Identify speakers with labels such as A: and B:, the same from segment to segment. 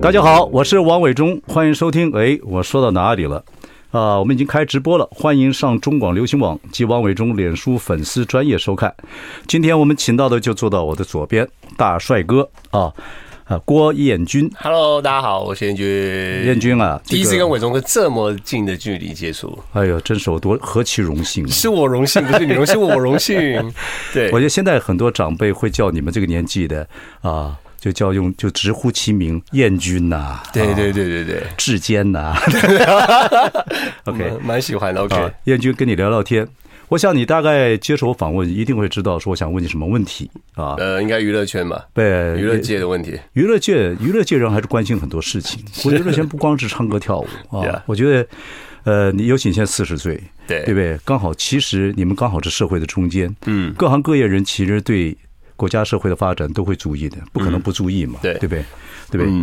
A: 大家好，我是王伟忠，欢迎收听。哎，我说到哪里了？啊，我们已经开直播了，欢迎上中广流行网及王伟忠脸书粉丝专业收看。今天我们请到的就坐到我的左边，大帅哥啊啊，郭彦军，
B: Hello，大家好，我是燕君。
A: 彦军啊，
B: 第一次
A: 这个
B: 跟伟忠哥这么近的距离接触，
A: 哎呦，真是我多何其荣幸啊！
B: 是我荣幸，不是你荣幸，我荣 幸。对
A: 我，觉得现在很多长辈会叫你们这个年纪的啊，就叫用就直呼其名，彦军呐、啊
B: 对对对对对
A: 志坚 呐、OK
B: 蛮蛮喜欢的。
A: 啊
B: OK，，
A: 燕军跟你聊聊天。我想你大概接受我访问，一定会知道说我想问你什么问题啊？
B: 呃，应该娱乐圈吧，
A: 对，
B: 娱乐界的问题。
A: 娱乐界娱乐界人还是关心很多事情。我觉得娱乐圈不光是唱歌跳舞
B: Yeah
A: 啊，我觉得，呃，你尤其你现在四十岁，
B: 对
A: 对不对？刚好，其实你们刚好是社会的中间，嗯，各行各业人其实对国家社会的发展都会注意的，不可能不注意嘛，
B: 对
A: 对不对？对不对？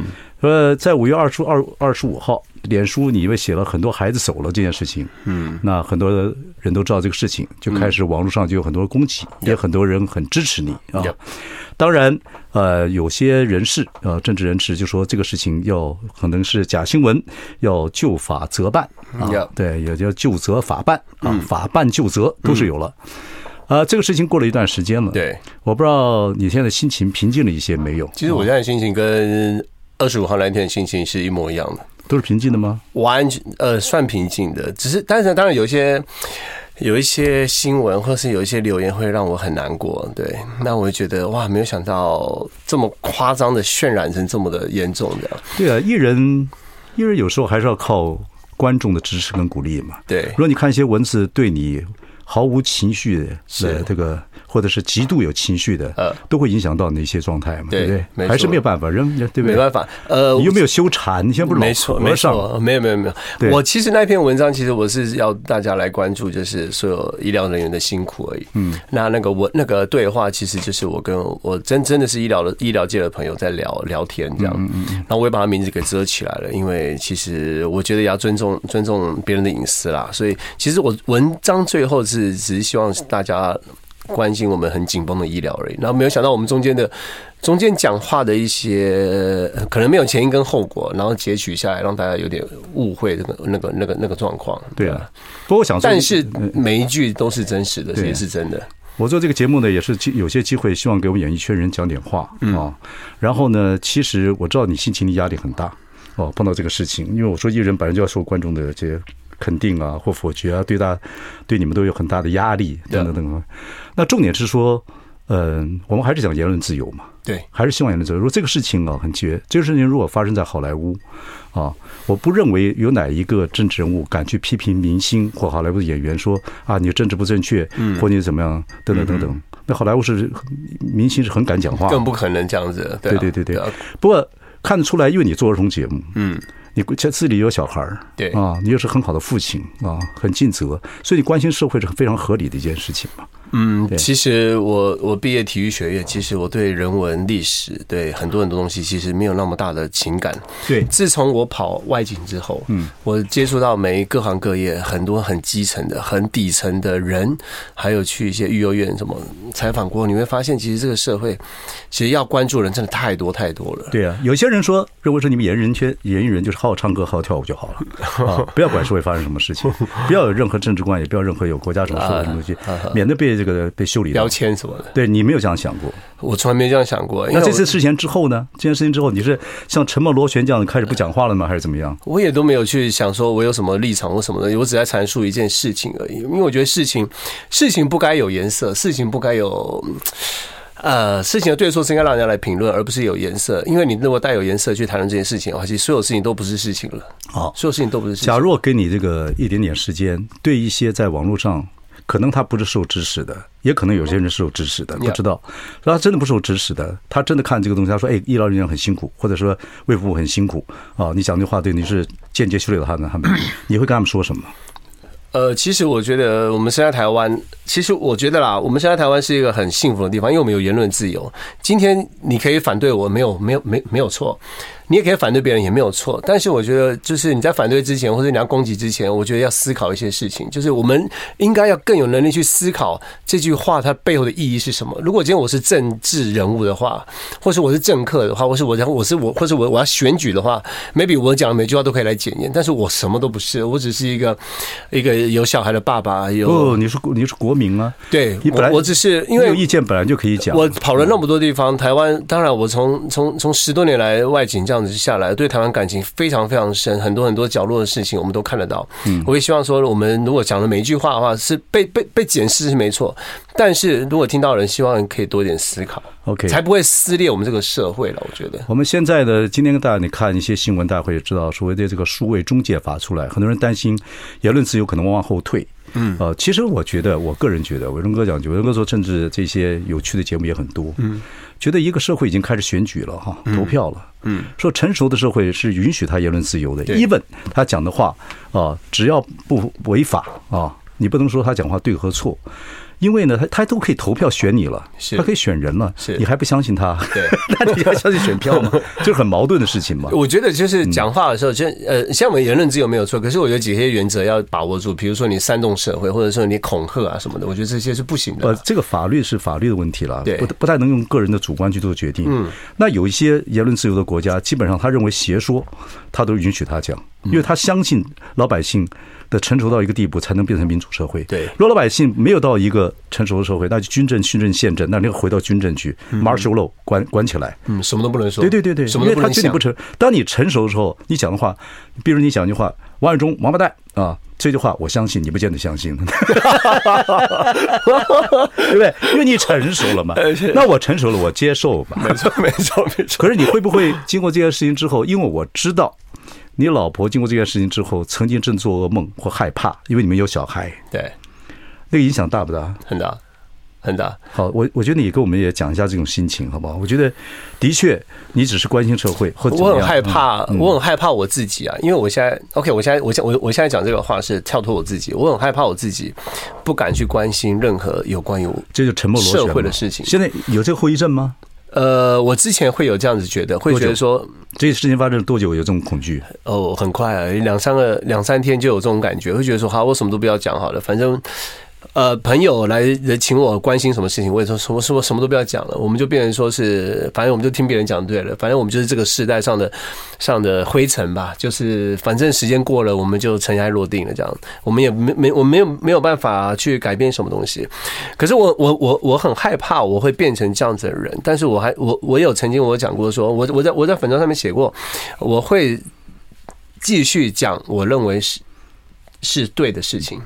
A: 呃，在五月二十二二十五号，脸书你因为写了很多孩子走了这件事情，嗯，那很多人都知道这个事情，就开始网络上就有很多攻击，也很多人很支持你啊
B: Yep。
A: 当然，呃，有些人士呃，政治人士就说这个事情要可能是假新闻，要就法责办啊
B: Yep
A: 对，也叫就责法办啊，法办就责都是有了。啊，这个事情过了一段时间了，
B: 对，
A: 我不知道你现在心情平静了一些没有？
B: 其实我现在的心情跟二十五号那一天的心情是一模一样的，
A: 都是平静的吗？
B: 完全呃算平静的，只是但是当然有一些。有一些新闻或是有一些留言会让我很难过，对，那我就觉得哇，没有想到这么夸张的渲染成这么的严重的，
A: 对啊，艺人艺人有时候还是要靠观众的支持跟鼓励嘛。
B: 对
A: 如，果你看一些文字对你毫无情绪的
B: 是
A: 这个，或者是极度有情绪的，
B: 呃
A: 都会影响到你一些状态嘛，
B: 对
A: 不对？
B: 没
A: 还是
B: 错
A: 没有办法，人对不对？
B: 没办法，呃，
A: 你又没有修禅，你现在不是
B: 没
A: 老
B: 错，
A: 和
B: 没
A: 尚
B: 错，没有没有没
A: 对
B: 有。我其实那篇文章，其实我是要大家来关注，就是所有医疗人员的辛苦而已。嗯，那那个我那个对话，其实就是我跟我真真的是医疗的医疗界的朋友在聊聊天这样。
A: 嗯
B: 然后我也把他名字给遮起来了，因为其实我觉得也要尊重尊重别人的隐私啦。所以其实我文章最后是只是希望大家关心我们很紧绷的医疗而已。然后没有想到我们中间的中间讲话的一些呃可能没有前因跟后果，然后截取下来让大家有点误会那个那个那个那个状况。
A: 对啊。不过我想说，
B: 但是每一句都是真实的，
A: 对
B: 也是真的。
A: 我做这个节目呢，也是机有些机会，希望给我们演艺圈人讲点话啊。然后呢，其实我知道你心情的压力很大哦，碰到这个事情，因为我说艺人本来就要受观众的这些肯定啊或否决啊，对大对你们都有很大的压力等等等等。那重点是说，嗯、我们还是讲言论自由嘛。
B: 对，
A: 还是希望言论自由。如果这个事情啊很绝，这个事情如果发生在好莱坞，啊，我不认为有哪一个政治人物敢去批评明星或好莱坞的演员说啊，你政治不正确，嗯，或你怎么样，等等等等。那好莱坞是明星是很敢讲话，
B: 更不可能这样子。对啊
A: 啊对对对对
B: 啊
A: 不过看得出来，因为你做儿童节目，嗯，你家自己有小孩儿，
B: 对
A: 啊，你又是很好的父亲啊，很尽责，所以你关心社会是非常合理的一件事情嘛。
B: 嗯，其实我我毕业体育学院，其实我对人文、历史，对很多很多东西，其实没有那么大的情感。
A: 对
B: 自从我跑外景之后，嗯，我接触到每一各行各业很多很基层的、很底层的人，还有去一些育幼院什么采访过，你会发现，其实这个社会其实要关注的人真的太多太多 了。
A: 对啊，有些人说，如果说你们演艺人圈演艺人就是好好唱歌、好好跳舞就好 了，啊、不要管社会发生什么事情，不要有任何政治观，也不要任何有国家什么说
B: 啊
A: 的什么东西，免得被这个被修理掉
B: 标。签什么的，
A: 对你没有这样想过。
B: 我从来没这样想过。因
A: 那
B: 为
A: 这
B: 我
A: 次事情之后呢？这件事情之后，你是像沉默螺旋这样开始不讲话了吗？还是怎么样？
B: 我也都没有去想说我有什么立场或什么的，我只在阐述一件事情而已。因为我觉得事情，事情不该有颜色，事情不该有。嗯呃，事情的对错是应该让人家来评论，而不是有颜色。因为你如果带有颜色去谈论这件事情的话，其实所有事情都不是事情了。
A: 好
B: 所有事情都不是事情
A: 假。若给你这个一点点时间，对一些在网络上可能他不是受指使的，也可能有些人是受指使的，不知道。然后真的不受指使的，他真的看这个东西，他说：“哎，医疗人员很辛苦，或者说卫福部很辛苦啊。”你讲这话对你是间接修理了他呢，他们，你会跟他们说什么？
B: 呃，其实我觉得我们生在台湾，其实我觉得啦，我们生在台湾是一个很幸福的地方，因为我们有言论自由。今天你可以反对我，没有没有没没有错，你也可以反对别人，也没有错。但是我觉得，就是你在反对之前，或者你要攻击之前，我觉得要思考一些事情，就是我们应该要更有能力去思考这句话它背后的意义是什么。如果今天我是政治人物的话，或是我是政客的话，或是我然后我是我，或是我我要选举的话，maybe 我讲的每句话都可以来检验，但是我什么都不是，我只是一个一个。有小孩的爸爸有
A: 不，哦你是你是国民啊？
B: 对，
A: 你本来
B: 我我只是哦因为
A: 有意见本来就可以讲。
B: 我跑了那么多地方，台湾当然我从从从十多年来外景这样子下来，对台湾感情非常非常深，很多很多角落的事情我们都看得到。嗯，我也希望说，我们如果讲的每一句话的话，是被被被检视是没错，但是如果听到人，希望可以多点思考。
A: OK，
B: 才不会撕裂我们这个社会了。我觉得
A: 我们现在的今天跟大家你看一些新闻，大家会知道所谓的这个数位中介法出来，很多人担心言论自由可能往后退。
B: 嗯，
A: 呃，其实我觉得，我个人觉得，伟忠哥讲，伟忠哥说，政治这些有趣的节目也很多。
B: 嗯，
A: 觉得一个社会已经开始选举了哈，投票了。
B: 嗯，
A: 说成熟的社会是允许他言论自由的
B: 对
A: ，even 他讲的话啊、只要不违法啊，你不能说他讲话对和错。因为呢，他他都可以投票选你了，
B: 是
A: 他可以选人了，
B: 是
A: 你还不相信他？
B: 对
A: 那你还相信选票 吗？就是很矛盾的事情嘛。
B: 我觉得就是讲话的时候，就呃，像我们言论自由没有错，可是我有几些原则要把握住，比如说你煽动社会，或者说你恐吓啊什么的，我觉得这些是不行的
A: 呃，。这个法律是法律的问题了，
B: 对
A: 不不太能用个人的主观去做决定。嗯，那有一些言论自由的国家，基本上他认为邪说，他都允许他讲，
B: 嗯
A: 因为他相信老百姓的成熟到一个地步，才能变成民主社会。
B: 对
A: 如果老百姓没有到一个成熟的社会，那就军政、训政、宪政，那你要回到军政去，martial law 关关起来。
B: 嗯，什么都不能说。
A: 对对对对，
B: 什么
A: 因
B: 都
A: 为
B: 不
A: 他
B: 能
A: 对你
B: 想
A: 不。成。当你成熟的时候，你讲的话，比如你讲一句话，王伟忠王八蛋啊，这句话我相信，你不见得相信， 对不对？因为你成熟了嘛
B: 呃是。
A: 那我成熟了，我接受嘛。
B: 没错， 没错，没错。
A: 可是你会不会经过这件事情之后，因为我知道。你老婆经过这件事情之后，曾经正做噩梦或害怕，因为你们有小孩，
B: 对，
A: 那个影响大不大？
B: 很大，很大。
A: 好，我我觉得你跟我们也讲一下这种心情，好不好？我觉得的确，你只是关心社会或怎么
B: 我很
A: 样
B: 害
A: 嗯
B: 怕，我很害怕我自己啊，因为我现在，OK，我现在，我现我我现在讲这个话是跳脱我自己，我很害怕我自己不敢去关心任何有关于我。
A: 这就沉默螺旋嘛
B: 社会的事情
A: 现在有这个后遗症吗？
B: 呃，我之前会有这样子觉得，会觉得说，
A: 这个事情发生了多久有这种恐惧？
B: 哦，很快啊，两三个两三天就有这种感觉，会觉得说，好，我什么都不要讲好了，反正。呃，朋友来来请我关心什么事情，我也说什么什么什么都不要讲了，我们就变成说是，反正我们就听别人讲对了，反正我们就是这个世代上的上的灰尘吧，就是反正时间过了，我们就尘埃落定了，这样，我们也没没我没有没有办法去改变什么东西，可是我我我我很害怕我会变成这样子的人，但是我还我我有曾经我有讲过说，我我在我在粉砖上面写过，我会继续讲我认为是是对的事情。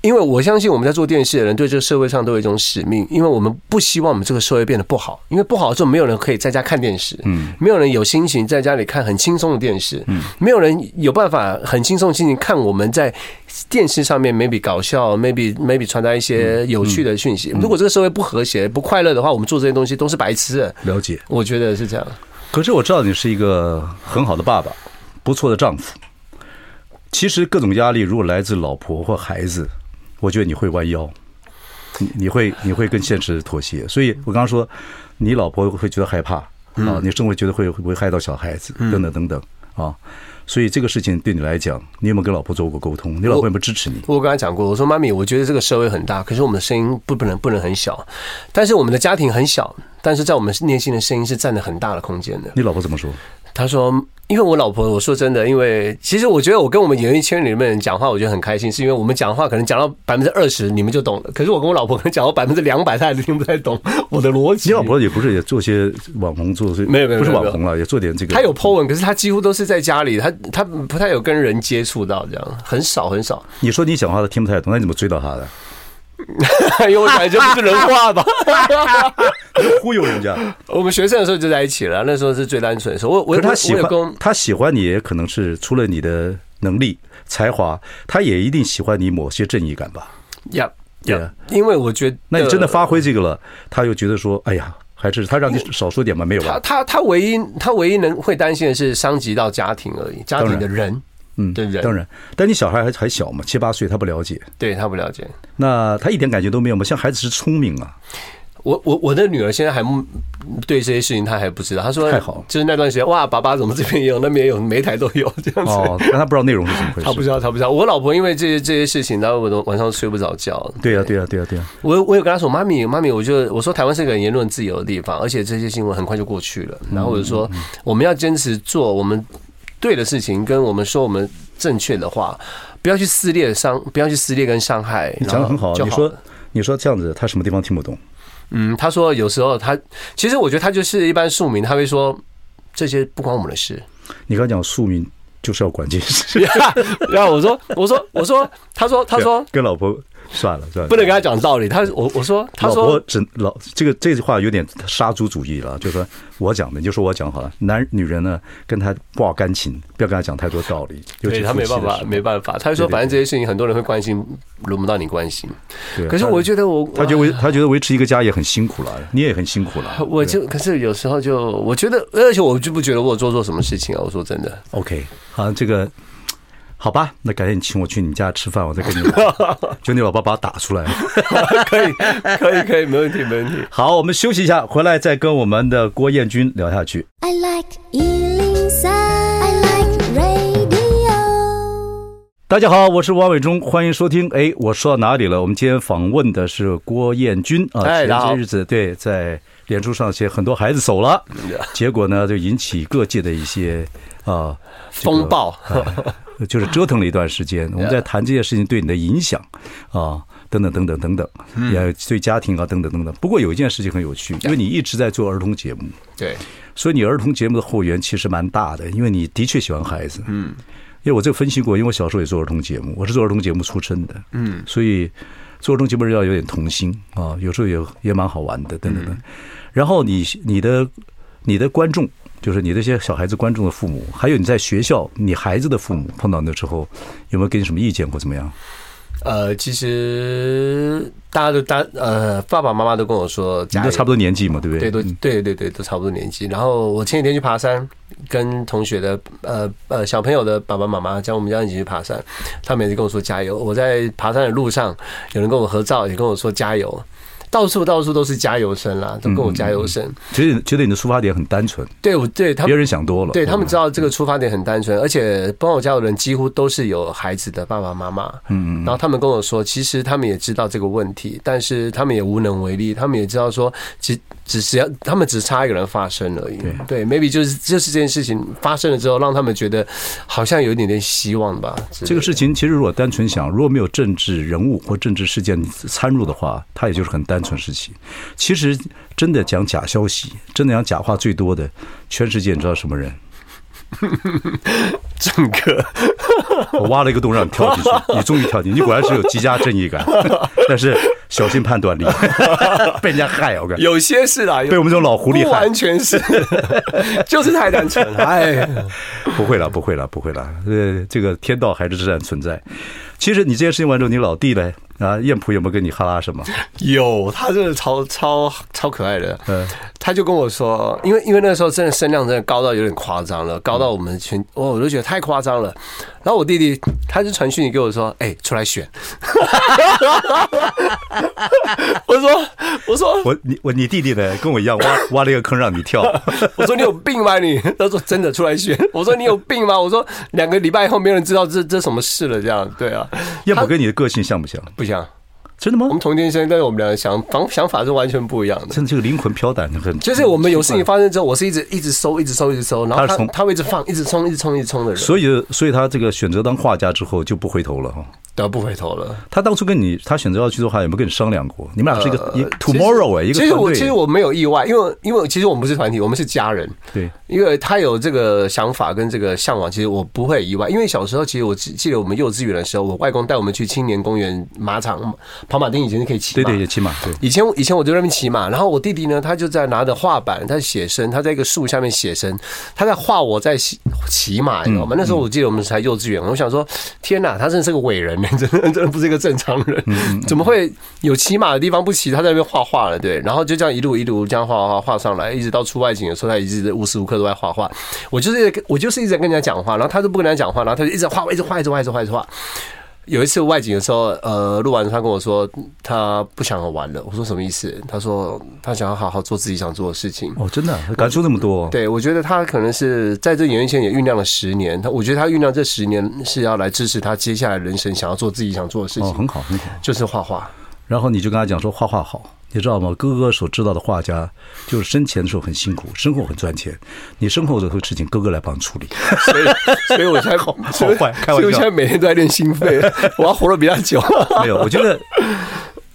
B: 因为我相信我们在做电视的人对这个社会上都有一种使命，因为我们不希望我们这个社会变得不好，因为不好之后没有人可以在家看电视，
A: 嗯，
B: 没有人有心情在家里看很轻松的电视，嗯，没有人有办法很轻松的心情看我们在电视上面 maybe 搞笑，maybe maybe 传达一些
A: 嗯
B: 有趣的讯息。如果这个社会不和谐、不快乐的话，我们做这些东西都是白痴的。
A: 了解。
B: 我觉得是这样。
A: 可是我知道你是一个很好的爸爸，不错的丈夫。其实各种压力如果来自老婆或孩子，我觉得你会弯腰，你你会你会跟现实妥协。所以我刚刚说，你老婆会觉得害怕
B: 嗯
A: 啊，你生活觉得会会不会害到小孩子等等等等啊。所以这个事情对你来讲，你有没有跟老婆做过沟通？你老婆有没有支持你？
B: 我跟他讲过，我说妈咪，我觉得这个社会很大，可是我们的声音不不能不能很小，但是我们的家庭很小，但是在我们内心的声音是占了很大的空间的。
A: 你老婆怎么说？
B: 他说，因为我老婆，我说真的，因为其实我觉得我跟我们演艺圈里面人讲话，我觉得很开心，是因为我们讲话可能讲到百分之二十，你们就懂了。可是我跟我老婆可能讲到百分之两百，她还是听不太懂我的逻辑。
A: 你老婆也不是也做些网红做些，
B: 没有没有
A: 不是
B: 没有
A: 网红了，也做点这个。
B: 她有 po 文，可是她几乎都是在家里，她她不太有跟人接触到，这样很少很少。
A: 你说你讲话他听不太懂，那你怎么追到他的？
B: 因为我感觉不是人话吧。
A: 忽悠人家。
B: 我们学生的时候就在一起了，那时候是最单纯的时候。我
A: 可
B: 我
A: 是他
B: 我
A: 喜
B: 我有
A: 欢
B: 跟，
A: 他喜欢你，也可能是除了你的能力、才华，他也一定喜欢你某些正义感吧？
B: 呀
A: 对
B: 呀
A: 啊，
B: 因为我觉得
A: 那你真的发挥这个了，他又觉得说，哎呀，还是他让你少说点吧，没有
B: 他
A: 吧？
B: 他他唯一他唯一能会担心的是伤及到家庭而已，家庭的人，
A: 嗯，
B: 对人
A: 当然，但你小孩还还小嘛，七八岁，他不了解，
B: 对他不了解。
A: 那他一点感觉都没有嘛，像孩子是聪明 啊，
B: 我我我的女儿现在还嗯对这些事情她还不知道，她说
A: 太好了
B: 就是那段时间哇，爸爸怎么这边也有，那边也有，每一台都有这样子。
A: 哦，但他不知道内容是怎么回事，
B: 她不知道，她不知道。我老婆因为这些这些事情，然后我都晚上睡不着觉。
A: 对呀、对呀、对呀、对呀、
B: 我我有跟她说，妈咪妈咪，我就我说台湾是个言论自由的地方，而且这些新闻很快就过去了。然后我就说，
A: 嗯
B: 我们要坚持做我们对的事情，跟我们说我们正确的话，不要去撕裂伤，不要去撕裂跟伤害。
A: 你讲的很好
B: 然后
A: 啊，
B: 就
A: 你
B: 了
A: 说你说这样子，他什么地方听不懂？
B: 嗯，他说有时候他，其实我觉得他就是一般庶民，他会说这些不关我们的事。
A: 你刚讲庶民就是要管这些事，
B: 然啊后我说，我说，我说，他说，他说
A: 跟老婆算了算了，
B: 不能跟他讲道理。他我我说，他
A: 老婆
B: 说
A: 只老这个这句话有点杀猪主义了，就说我讲的，你就说我讲好了。男女人呢，跟他挂感情，不要跟他讲太多道理，尤其
B: 对他
A: 夫
B: 没
A: 妻
B: 办
A: 的
B: 法
A: 时，候
B: 没办法。他说
A: 对对
B: 反正这些事情很多人会关心，轮不到你关心。
A: 对
B: 可是
A: 他
B: 我觉得我
A: 他觉得维他觉得维持一个家也很辛苦了，你也很辛苦了。
B: 我就可是有时候就我觉得，而且我就不觉得我有做错什么事情啊。我说真的，
A: OK，好，这个好吧，那改天你请我去你家吃饭，我再跟 你聊就你老爸把他打出来。
B: 可以，可以，可以，没问题，没问 题。
A: 好，我们休息一下，回来再跟我们的郭彦军聊下去。
C: I like Ealing Sound. I like radio.
A: 大家好，我是王伟忠，欢迎收听。哎，我说到哪里了？我们今天访问的是郭彦军啊，
B: 哎
A: 前
B: 大家好
A: 些日子对在脸书上写很多孩子走 了，结果呢就引起各界的一些啊、这个
B: 风暴，
A: 哎就是折腾了一段时间。我们在谈这件事情对你的影响啊，等等等等等等，
B: 嗯
A: 也对家庭啊等等等等。不过有一件事情很有趣，因为你一直在做儿童节目，
B: 对，
A: 所以你儿童节目的后援其实蛮大的，因为你的确喜欢孩子。嗯，因为我这个分析过，因为我小时候也做儿童节目，我是做儿童节目出身的。嗯，所以做儿童节目要有点童心啊，有时候也也蛮好玩的，等等等。然后你你的你的观众，就是你这些小孩子观众的父母，还有你在学校你孩子的父母碰到那之后，有没有给你什么意见或怎么样？
B: 呃，其实大家都大呃，爸爸妈妈都跟我说，
A: 你
B: 家
A: 都
B: 里
A: 差不多年纪嘛，对不嗯对？
B: 对，都对对对，都差不多年纪。然后我前几天去爬山，跟同学的呃呃小朋友的爸爸妈妈，叫我们家一起去爬山，他们也是跟我说加油。我在爬山的路上，有人跟我合照，也跟我说加油，到处到处都是加油声啦，都跟我
A: 嗯
B: 加油声。
A: 觉得觉得你的出发点很单纯，
B: 对我对他
A: 别
B: 们。
A: 人嗯想多了。
B: 对他们知
A: 道。
B: 道这个出发点很单纯，而且帮我加油的人几乎都是有孩子的爸爸妈妈。
A: 嗯嗯
B: 然后他们跟我说，其实他们也知道这个问题，但是他们也无能为力，他们也知道说，只只是要他们只差一个人发声而已。对，maybe 就是就是这件事情发生了之后，让他们觉得好像有一点点希望吧。
A: 这个事情其实如果单纯想，如果没有政治人物或政治事件参入的话，它也就是很单纯事情。其实真的讲假消息，真的讲假话最多的，全世界你知道什么 人？
B: 整个
A: 我挖了一个洞让你跳进 去，你终于跳进，去，你果然是有极佳正义感，但是小心判断 力， 被人家害，我感觉
B: 有些是啦，
A: 被我
B: 有
A: 们这种老狐狸
B: 不
A: 害
B: 完。全是，就是太单纯了。哎，
A: 不会了，不会了，不会了。呃，这个天道还是自然存在。其实你这件事情完之后，你老弟呢？啊，燕普有没有跟你哈拉什么？
B: 有，他真的超超超可爱的。
A: 嗯，
B: 他就跟我说，因为因为那时候真的声量真的高到有点夸张了，高到我们全哦，我都觉得太夸张了。然后我弟弟他就传讯息给我说：“哎、出来选。” 我说：“我说
A: 我你我你弟弟呢？跟我一样挖 挖了一个坑让你 跳。
B: 我说你有病吧你？”他说：“真的出来选。”我说：“你有病吗？”我说：“两个礼拜以后没有人知道这这什么事了。”这样对啊，
A: 燕普跟你的个性像不像？
B: 不像
A: 真的吗
B: 我？们同天生，但是我们两个想想想法是完全不一样的。
A: 真的，这个灵魂飘荡很。
B: 就是我们有事情发生之后，我是一直一直收，一直收，一直收，然后
A: 他
B: 他
A: 是从
B: 他会一直放，一直冲，一直冲，一直冲的人，
A: 所以，所以他这个选择当画家之后就不回头了哈。
B: 对，不回头了。
A: 他当初跟你，他选择要去做画，有没有跟你商量过？你们哦俩是一个、一
B: 呃
A: tomorrow 哎，一
B: 其实
A: 个
B: 我
A: 团
B: 其实
A: 队。
B: 我没有意外，因为因为其实我们不是团体，我们是家人。
A: 对，
B: 因为他有这个想法跟这个向往，其实我不会意外。因为小时候，其实我记记得我们幼稚园的时候，我外公带我们去青年公园马场跑马丁，以前是可以骑
A: 对
B: 马。
A: 对，也起码对。
B: 以前以前我就在那边骑马，然后我弟弟呢，他就在拿着画板，他写生，他在一个树下面写生，他在画我在骑骑马，你知道吗？那时候我记得我们才幼稚园，我想说，天哪，他真的是个伟人呢，人，真的真的不是一个正常人，怎么会有骑马的地方不骑，他在那边画画了？对，然后就这样一路一路这样画画画上来，一直到出外景的时候，他一直无时无刻都在画画。我就是我就是一直在跟人家讲话，然后他都不跟人家讲话，然后他就一直画，一直画，一直画，一直画，一直画。有一次外景的时候，呃，录完他跟我说他不想玩了。我说什么意思？他说他想要好好做自己想做的事情。
A: 哦，真的感触那么多，
B: 对，我觉得他可能是在这演艺圈也酝酿了十年，他我觉得他酝酿这十年是要来支持他接下来人生想要做自己想做的事
A: 哦，
B: 情，
A: 很好很好。
B: 就是画画。
A: 然后你就跟他讲说画画好，你知道吗？哥哥所知道的画家，就是生前的时候很辛苦，生后很赚钱。你生后的事情，哥哥来帮你 处理。
B: 所以，所以我 才好
A: 好坏开玩笑
B: 所以我现在每天都在练心 肺，我要活得比他久。
A: 没有，我觉得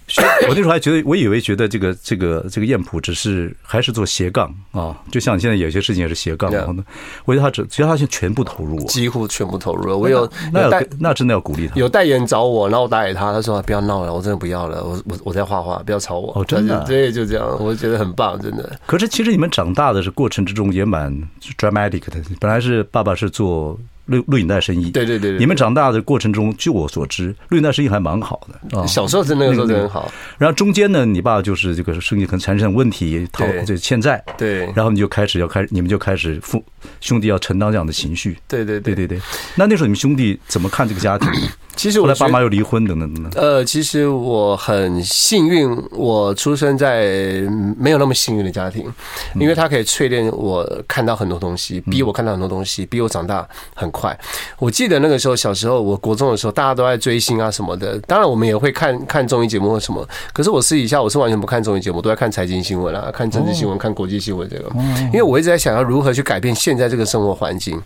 A: 学，我那时候还觉得，我以为觉得这个这个这个艳普只是还是做斜杠啊，就像现在有些事情也是斜杠。
B: Yeah
A: 然后呢，我觉得他只，其实他现在全部投入啊。
B: 几乎全部投入了，我有
A: 那
B: 有
A: 要
B: 带
A: 跟那真的要鼓励他。
B: 有代言找我，然后我打给他，他说不要闹了，我真的不要了，我我我在画画，不要吵我。
A: 哦真的啊
B: 他就对，就这样，我觉得很棒，真的。
A: 可是其实你们长大的是过程之中也蛮 dramatic 的。本来是爸爸是做录录影带生意，
B: 对对对对
A: 你们长大的过程中，据我所知，录影带生意还蛮好的啊。
B: 小时候真的那个时候真的很好，
A: 然后中间呢，你爸就是这个生意可能产生问题，讨
B: 对
A: 这欠债，
B: 对
A: 然后你就开始要开，你们就开始父兄弟要承担这样的情绪。
B: 对对
A: 对
B: 对。
A: 对对，那那时候你们兄弟怎么看这个家庭？
B: 其实
A: 后
B: 我
A: 来
B: 觉
A: 爸
B: 得
A: 妈又离婚等等等等。
B: 呃，其实我很幸运，我出生在没有那么幸运的家庭，
A: 嗯
B: 因为他可以淬炼我看到很多东西，逼我看到很多东西，逼我长大很快。我记得那个时候，小时候，我国中的时候，大家都在追星啊什么的，当然我们也会看看综艺节目或什么，可是我私底下我是完全不看综艺节目，我都在看财经新闻啊，看政治
A: 哦
B: 新闻，看国际新闻这个，因为我一直在想要如何去改变现在这个生活环境。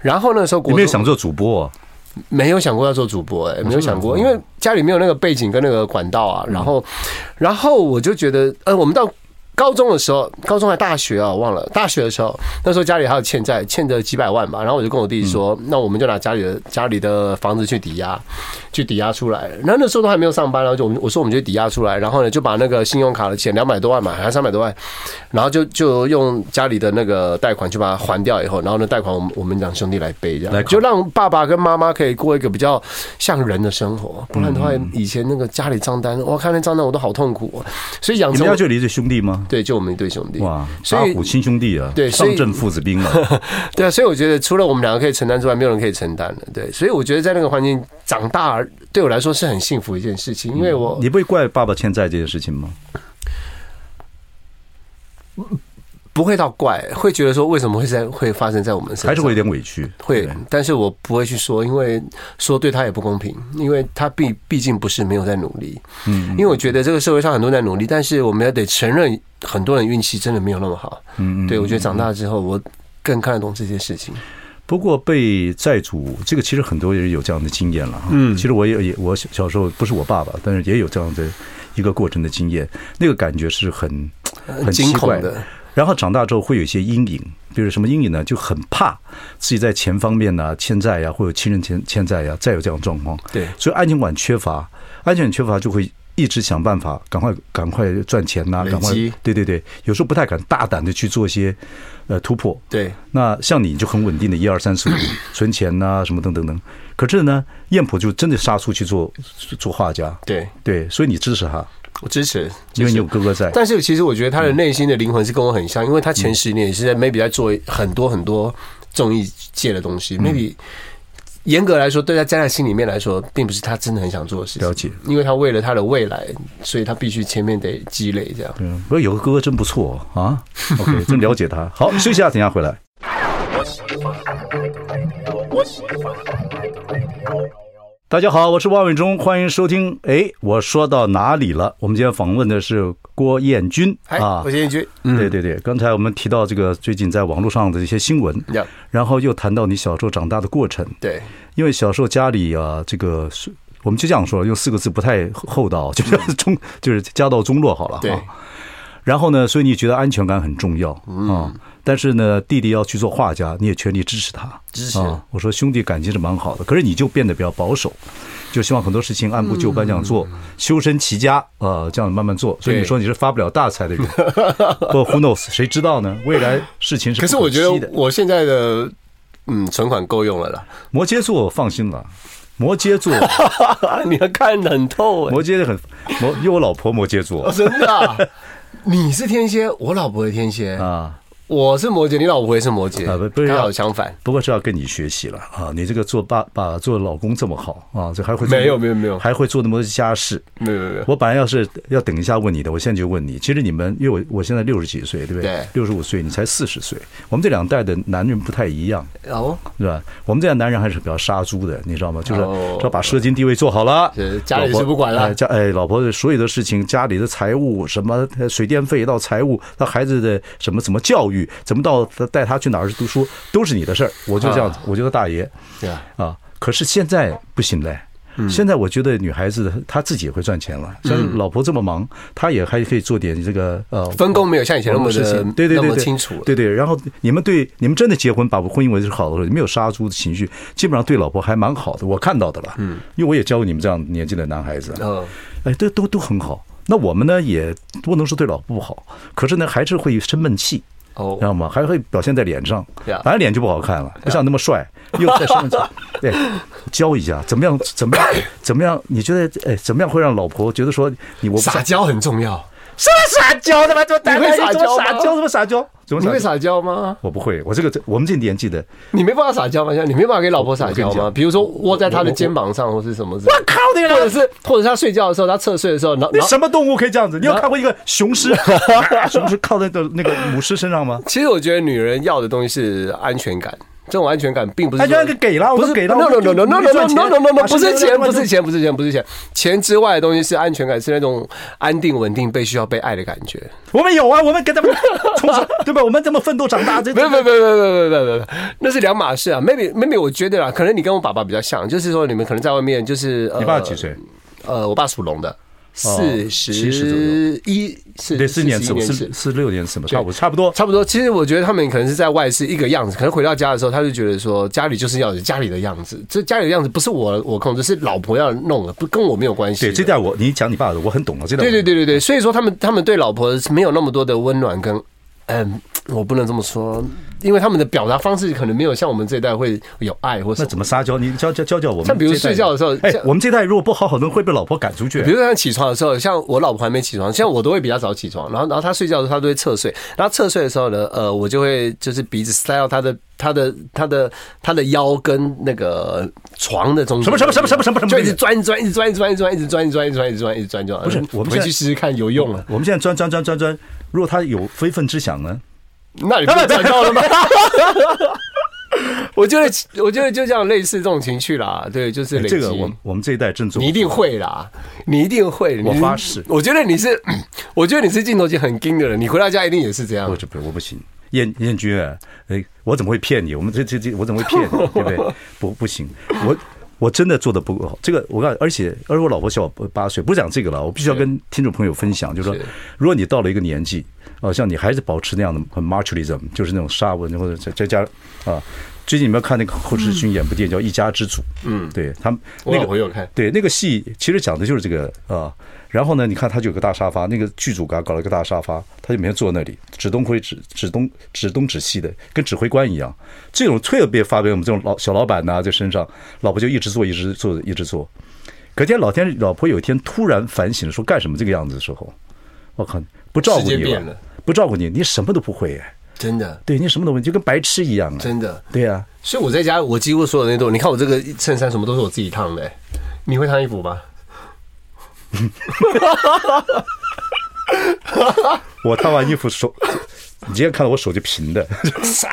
B: 然后那个时候，
A: 你
B: 国
A: 没有
B: 中。
A: 想做主播啊？
B: 没有想过要做主播、哎，没有想过，因为家里没有那个背景跟那个管道啊。然后，然后我就觉得，呃，我们到高中的时候，高中还大学啊，我忘了。大学的时候，那时候家里还有欠债，欠着几百万吧。然后我就跟我弟说，那我们就拿家里的家里的房子去抵押，去抵押出来。然后那时候都还没有上班，然后就我们我说我们就抵押出来，然后呢就把那个信用卡的钱两百多万嘛，还三百多万，然后就就用家里的那个贷款去把它还掉以后，然后呢贷款我们我们两兄弟来背这
A: 贷
B: 样，
A: 款
B: 就让爸爸跟妈妈可以过一个比较像人的生活，不然的话以前那个家里账单，我看那账单我都好痛苦、哦，所以养
A: 你
B: 成
A: 们
B: 我
A: 家就离这兄弟吗？
B: 对就我们一对兄弟
A: 哇，
B: 所
A: 打
B: 以
A: 虎亲兄弟啊，
B: 对所以
A: 上阵父子兵啊。
B: 对啊，所以我觉得除了我们两个可以承担之外，没有人可以承担的。对，所以我觉得在那个环境长大，对我来说是很幸福的一件事情，因为我
A: 你不会怪爸爸欠债这件事情吗？
B: 不会到怪，会觉得说为什么会在会发生在我们身上，
A: 还是会有点委屈？
B: 会
A: 对，
B: 但是我不会去说，因为说对他也不公平，因为他毕毕竟不是没有在努力。
A: 嗯，
B: 因为我觉得这个社会上很多人在努力，但是我们也得承认，很多人运气真的没有那么好。
A: 嗯嗯。
B: 对我觉得长大之后，我更看得懂这些事情。
A: 不过被债主，这个其实很多人有这样的经验了哈。嗯，其实我也也我小小时候不是我爸爸，但是也有这样的一个过程的经验，那个感觉是很很
B: 呃惊
A: 奇
B: 恐
A: 怪
B: 的。
A: 然后长大之后会有一些阴影，比如什么阴影呢？就很怕自己在钱方面呢、欠债呀、或者亲人欠欠债呀、啊再有这样的状况。
B: 对
A: 所以安全感缺乏，安全感缺乏就会一直想办法，赶快赶快赚钱呐、
B: 累
A: 赶快
B: 积
A: 对对对，有时候不太敢大胆的去做一些呃突破。
B: 对，
A: 那像你就很稳定的，一二三 四五存钱呐、什么等等等。可是呢，燕普就真的杀出去做做画家，
B: 对
A: 对，所以你支持他，
B: 我支持，
A: 因为你有哥哥在。
B: 但是其实我觉得他
A: 嗯
B: 的内心的灵魂是跟我很像，因为他前十年也是在 maybe 在做很多很多综艺界的东
A: 嗯
B: 西，maybe。严格来说，对他站在心里面来说，并不是他真的很想做的事情。
A: 了解，
B: 因为他为了他的未来，所以他必须前面得积累这样。
A: 嗯，不过有个哥哥真不错 啊。OK，真了解他。好，休息一下，等一下回来。大家好，我是汪伟忠，欢迎收听。哎，我说到哪里了？我们今天访问的是郭彦军
B: 哎，
A: 啊
B: 我。先一句，
A: 对对对，刚才我们提到这个最近在网络上的一些新闻，
B: 呀，
A: 然后又谈到你小时候长大的过程。
B: 对，
A: 因为小时候家里啊，这个是我们就这样说，用四个字不太厚道， 就是中就是家道中落好了。
B: 对
A: 啊。然后呢，所以你觉得安全感很重要啊。但是呢，弟弟要去做画家，你也全力支持他。
B: 支持
A: 啊！我说兄弟感情是蛮好的，可是你就变得比较保守，就希望很多事情按部就班这样做，修身齐家啊、呃这样慢慢做。所以你
B: 嗯对
A: 说你是发不了大财的人，不 who knows，谁知道呢？未来事情是
B: 可是
A: 不
B: 我觉
A: 期的
B: 得我现在的嗯存款够用了啦。
A: 摩羯座我放心了，摩羯座，
B: 你要看得很透哎、
A: 摩羯很摩，因为我老婆摩羯座
B: 哦，真的、啊，你是天蝎，我老婆也天蝎，
A: 啊，
B: 我是摩羯，你老婆也是摩羯
A: 啊不，不是
B: 刚
A: 要
B: 好相反。
A: 不过是要跟你学习了啊！你这个做爸爸、做老公这么好啊，这还会做
B: 没有没有没有
A: 还会做那么多家事。
B: 没有没有没有，
A: 我本来要是要等一下问你的，我现在就问你。其实你们，因为我我现在六十几岁，对不对
B: 对？
A: 六十五岁，你才四十岁，我们这两代的男人不太一样，
B: 哦，
A: 是吧？我们这样男人还是比较杀猪的，你知道吗？就是
B: 哦
A: 要把社经地位做好了
B: 是，家里
A: 老婆
B: 是不管了
A: 哎家哎，老婆的所有的事情，家里的财务，什么呃水电费到财务，到孩子的什么怎么教育，怎么到带他去哪儿读书，都是你的事儿。我就这
B: 啊
A: 样子，我觉得大爷
B: 对啊，
A: 啊，可是现在不行嘞。现在我觉得女孩子她自己也会赚钱了，像老婆这么忙，她也还可以做点这个呃
B: 分工没有像以前那么
A: 事
B: 的
A: 情，对对
B: 那
A: 对
B: 么
A: 对，
B: 清楚了。
A: 对对。然后你们对你们真的结婚，把婚姻维持好的时候，没有杀猪的情绪，基本上对老婆还蛮好的，我看到的了。嗯，因为我也教过你们这样年纪的男孩子，
B: 嗯，
A: 哎，都都都很好。那我们呢，也不能说对老婆不好，可是呢，还是会生闷气。
B: 哦
A: 知，道吗？还会表现在脸上，
B: Yeah.
A: 本来脸就不好看了，不像那么帅，又在身 上，对，教一下怎么样？怎么样？怎么样？你觉得哎，怎么样会让老婆觉得说你我不
B: 撒
A: 想
B: 娇很重要。
A: 什么撒娇他妈怎么
B: 你会撒
A: 怎么
B: 娇吗
A: 撒娇怎么撒娇怎么
B: 你
A: 撒
B: 会
A: 娇？
B: 撒娇吗？
A: 我不会，我这个我们这年纪的，
B: 你没办法撒娇吗？像你没办法给老婆撒娇
A: 我跟你
B: 吗？
A: 讲
B: 比如说窝在她的肩膀上，或是什么之类的？
A: 靠你
B: 或者！是，或者是她睡觉的时候，她侧睡的时候，然后
A: 你
B: 然后
A: 什么动物可以这样子？你有看过一个雄 狮，啊雄狮靠在那个那个母狮身上吗？
B: 其实我觉得女人要的东西是安全感，这种安全感并不是
A: 他
B: 说
A: 就那个给了，我
B: 不
A: 都
B: 是
A: 给了
B: no no no no no no no no no no no 不是钱，不
A: 钱。
B: 是钱，不是钱，不是钱，钱之外的东西是安全感，是那种安定、稳定、被需要、被爱的感觉。
A: 我们有啊，我们跟他 们从小对吧？我们这么奋斗长大，这
B: 没有没有没有没有没有没有没有，那是两码事啊。maybe maybe 我觉得啦，可能你跟我爸爸比较像，就是说你们可能在外面就是呃
A: 你爸几岁？
B: 呃，我爸属龙的，四
A: 70左
B: 十一，四
A: 呃对，四年
B: 四
A: 制，
B: 一
A: 我
B: 年
A: 是
B: 制。
A: 四六年制嘛，差不多差不多。
B: 差不多，其实我觉得他们可能是在外是一个样子，可能回到家的时候，他就觉得说家里就是要有家里的样子，这家里的样子不是我我控制，是老婆要弄的，不跟我没有关系
A: 对，
B: 的。
A: 这代我你讲你爸的，我很懂啊了。这代
B: 对对
A: 对，
B: 对对对，所以说他们他们对老婆是没有那么多的温暖跟，嗯，我不能这么说，因为他们的表达方式可能没有像我们这一代会有爱或什
A: 那
B: 么。
A: 怎么撒娇？你教教教教我们这代人。
B: 像比如睡觉的时候
A: 哎
B: 像，
A: 我们这代如果不好好弄，会被老婆赶出去
B: 比。如说像起床的时候，像我老婆还没起床，像我都会比较早起床，然后然后她睡觉的时候，她都会侧睡，然后侧睡的时候呢，呃，我就会就是鼻子塞到她的她的她的她的腰跟那个床的中间，
A: 什么什么什么什么什么什么
B: 就一直钻一直钻一直钻一直钻一直钻一直钻一直钻一直钻一直钻一直钻，就不
A: 是我们
B: 回
A: 现在
B: 去试试看有用了，
A: 我们现在钻钻钻钻钻，如果他有非分之想呢？
B: 那你不是找到 了吗？我觉得，我觉得就这样类似这种情绪啦，对，就是累积。
A: 哎这个我我们这一代正宗
B: 你一定会啦，你一定会。
A: 我
B: 你
A: 发誓
B: 我觉得你是，我觉得你是镜头前很硬的人，你回到家一定也是这样
A: 我。这不我不行，燕燕君啊，哎，我怎么会骗你？我们这这这，我怎么会骗你？对不 对？不不行，我我真的做的不够好。这个我告诉你，而且而且我老婆小我八岁，不是讲这个了，我必须要跟听众朋友分享，就是说
B: 是，
A: 如果你到了一个年纪，啊，像你还是保持那样的很 machoism，就是那种沙文或者再再加啊。最近你们看那个后
B: 嗯
A: 世勋演部电影叫《一家之主》，嗯，对他们
B: 我
A: 那
B: 老
A: 个
B: 婆有看，
A: 对，那个戏其实讲的就是这个啊、然后呢，你看他就有个大沙发，那个剧组给他啊搞了个大沙发，他就每天坐那里，指东挥指指东指东指西的，跟指挥官一样。这种特别发给我们这种老小老板呐、在身上，老婆就一直做，一直做，一直做。隔天老天老婆有一天突然反省说干什么这个样子的时候，我靠，不照顾
B: 世界
A: 你
B: 变
A: 了
B: 了，
A: 不照顾你，你什么都不会哎，
B: 真的，
A: 对你什么都不会，就跟白痴一样啊，
B: 真的。
A: 对呀、啊。
B: 所以我在家，我几乎所有的东西都，你看我这个衬衫什么都是我自己烫的、欸你会烫衣服吗？
A: 我烫完衣服手，你今天看到我手就平的，啥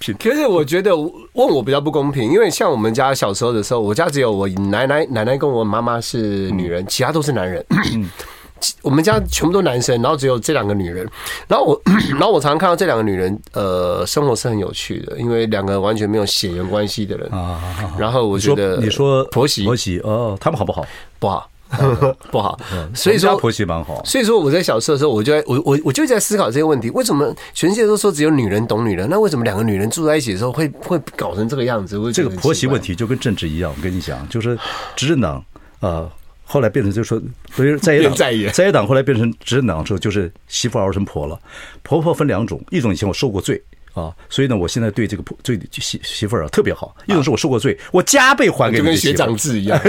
A: 平
B: 可是我觉得我问我比较不公平，因为像我们家小时候的时候，我家只有我奶奶、奶奶跟我妈妈是女
A: 嗯
B: 人，其他都是男人。 其我们家全部都男生，然后只有这两个女人。然后我， 然后我常常看到这两个女人，呃，生活是很有趣的，因为两个完全没有血缘关系的人。
A: 啊！
B: 然后我
A: 你
B: 觉
A: 说
B: 得
A: 你说
B: 婆媳
A: 婆媳哦，他们好不好？
B: 不好， 不好，所
A: 嗯
B: 以
A: 我们家
B: 说
A: 婆媳蛮好。
B: 所以说我在小时候的时候，我就在我我我就一直在思考这些问题：为什么全世界都说只有女人懂女人？那为什么两个女人住在一起的时候会会搞成这个样子？我就觉
A: 这
B: 得
A: 个
B: 很
A: 婆媳
B: 奇怪
A: 问，题就跟政治一样，我跟你讲，就是执政党呃，后来变成就说不是在野党，
B: 变在野
A: 在野党后来变成执政党之后，就是媳妇熬成婆了。婆婆分两种，一种以前我受过罪。啊，所以呢，我现在对这个婆对媳媳妇儿啊特别好。一种是我受过罪，我加倍还给
B: 就
A: 你
B: 跟
A: 的媳
B: 学
A: 妇儿
B: 长制 一样，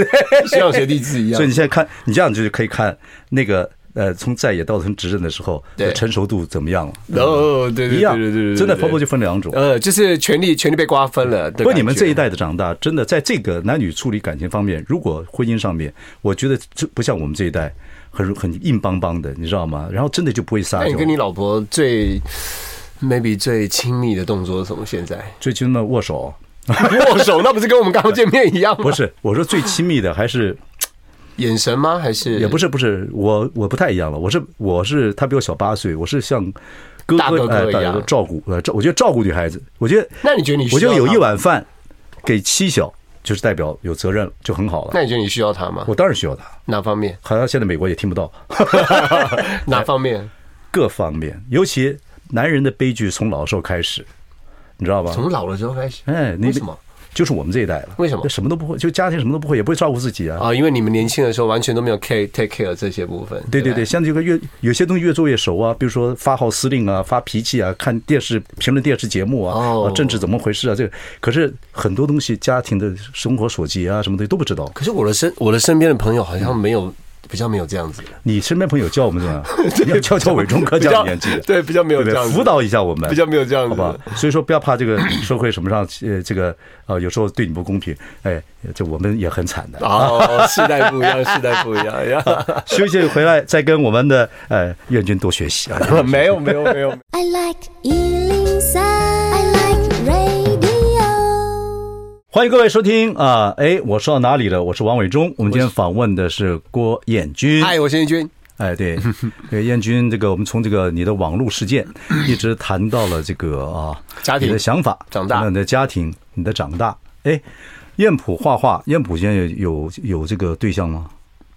B: 学长学弟制一样
A: 所以。你现在看，你这样就是可以看那个呃，从在野到从执政的时候，
B: 对
A: 的成熟度怎么样了？
B: 哦，对对
A: 一
B: 对
A: 样
B: 对对对，对，
A: 真的风波就分两种。
B: 呃，就是权力权力被瓜分了。不
A: 不过你们这一代的长大，真的在这个男女处理感情方面，如果婚姻上面，我觉得这不像我们这一代很很硬邦邦的，你知道吗？然后真的就不会撒
B: 那你
A: 娇
B: 哎跟。你老婆最 maybe 最亲密的动作是什么？现在
A: 最亲的握手，
B: 握手，那不是跟我们刚刚见面一样吗？
A: 不 是我说最亲密的，还是
B: 眼神吗？还是
A: 也不是不是我我不太一样了，我是我是他比我小八岁，我是像哥
B: 大哥哥
A: 哎
B: 一
A: 大
B: 样
A: 哥照顾呃照，我觉得照顾女孩子，我觉得
B: 那你觉得你需
A: 我觉得
B: 要
A: 有
B: 他
A: 一碗饭给妻小，就是代表有责任了，就很好了。
B: 那你觉得你需要他吗
A: 我？当然需要他，
B: 哪方面？
A: 好像现在美国也听不到，哎
B: 哪方面？
A: 各方面，尤其男人的悲剧从老的时候开始，你知道吧？
B: 从老了之后开始？
A: 哎，你
B: 为什么？
A: 就是我们这一代了。
B: 为什么
A: 什么都不会，就家庭什么都不会，也不会照顾自己啊。
B: 啊，因为你们年轻的时候完全都没有 care take care 这些部分。
A: 对对
B: 不
A: 对，，像这个越有些东西越做越熟啊，比如说发号司令啊，发脾气啊，看电视评论电视节目啊，啊
B: 哦
A: 政治怎么回事啊？这个可是很多东西，家庭的生活所及啊，什么东西都不知道。
B: 可是我的身我的身边的朋友好像没有比较没有这样子的，
A: 你身边朋友教我们怎么样？你要教教伟忠哥
B: 比
A: 这样
B: 较
A: 的年纪的，
B: 对比较没有
A: 对
B: 这
A: 不
B: 样
A: 对？
B: 子
A: 辅导一下我们，
B: 比较没有这样
A: 好
B: 子
A: 不好
B: 的。？
A: 所以说不要怕这个 社会什么上，呃，这个呃，有时候对你不公平，哎，这我们也很惨的。
B: 哦，世代不一 样，世代不一样呀。
A: 休息回来再跟我们的呃愿君多学习啊。
B: 没有没有没有，
C: I like Ealing Sound. I like radio.
A: 欢迎各位收听啊！哎，我说到哪里了？我是王伟忠。我们今天访问的是郭彦军。
B: 嗨，我是彦君。
A: 哎，对，对，彦军，这个我们从这个你的网络事 件，一直谈到了这个啊，
B: 家庭
A: 你的想法，
B: 长大
A: 你的家庭，你的长大。哎，燕普画画，燕普现在有有有这个对象吗？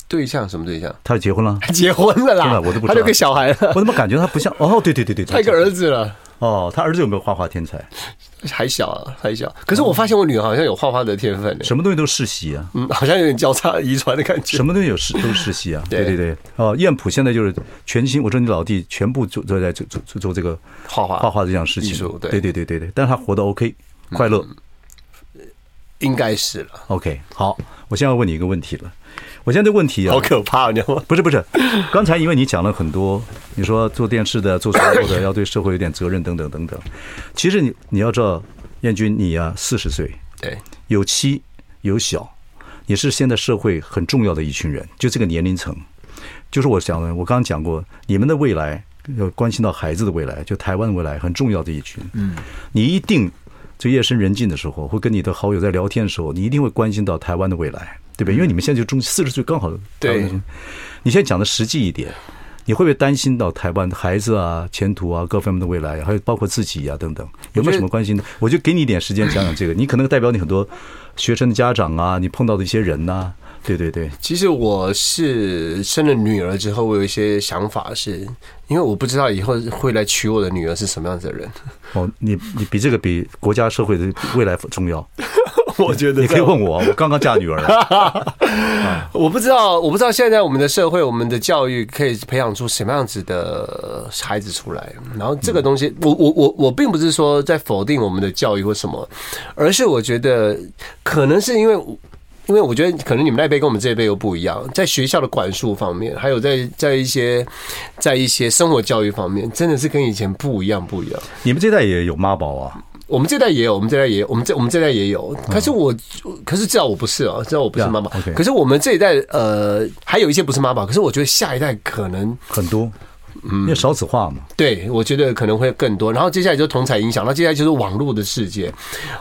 B: 对象什么对象？
A: 他结婚 了？
B: 结婚了
A: 真
B: 啦，
A: 的我都不知道
B: 他有个小孩了，
A: 我怎么感觉他不像？哦，对对对对
B: 他
A: 对，
B: 有个儿子了，
A: 哦，他儿子有没有画画天才？
B: 还小啊，还小。可是我发现我女儿好像有画画的天分呢，
A: 什么东西都世袭啊，
B: 嗯，好像有点交叉遗传的感觉
A: 什。么东西有世都世袭啊？
B: 对
A: 对对对，哦，燕普现在就是全心，我说你老弟全部做做在做做做做这个
B: 画画
A: 画画这项事
B: 艺
A: 情
B: 术，对嗯
A: 对对对对对，但是他活得 OK，快乐。
B: 应该是了，
A: OK，好，我现在要问你一个问题了。我现在这问题啊
B: 好，可怕，你知道吗？
A: 不是不是，刚才因为你讲了很多，你说做电视的、做传播的要对社会有点责任等等等等。其实你你要知道，燕君，你啊四十岁，
B: 对，
A: 有妻有小，你是现在社会很重要的一群人，就这个年龄层，就是我想的，我刚刚讲过，你们的未来要关心到孩子的未来，就台湾的未来很重要的一群。嗯，你一定就夜深人静的时候，会跟你的好友在聊天的时候，你一定会关心到台湾的未来，对不对？因为你们现在就中四十岁，刚好
B: 对，
A: 你现在讲的实际一点。你会不会担心到台湾的孩子啊、前途啊、各方面的未来、啊，还有包括自己啊等等，有没有什么关心的？我就给你一点时间讲讲这个。你可能代表你很多学生的家长啊，你碰到的一些人呐、啊对对对，
B: 其实我是生了女儿之后，我有一些想法是，因为我不知道以后会来娶我的女儿是什么样子的人。
A: 哦，你你比这个比国家社会的未来重要。
B: 我觉得
A: 你可以问我，我刚刚嫁女 儿，
B: 我不知道，我不知道现在我们的社会、我们的教育可以培养出什么样子的孩子出来。然后这个东西，我我我我并不是说在否定我们的教育或什么，而是我觉得可能是因为我。因为我觉得可能你们那一辈跟我们这一辈又不一样，在学校的管束方面，还有在在一些在一些生活教育方面，真的是跟以前不一样不一样。
A: 你们这代也有妈宝啊？
B: 我们这代也有，我们这代也有，我们这我们这代也有。可是我，可是至少我不是哦，至少我不是妈妈。
A: Yeah，OK
B: 可是我们这一代，呃，还有一些不是妈妈。可是我觉得下一代可能，
A: 很多，
B: 嗯
A: 因为少子化嘛。
B: 对我觉得可能会更多。然后接下来就是同彩影响，那接下来就是网络的世界。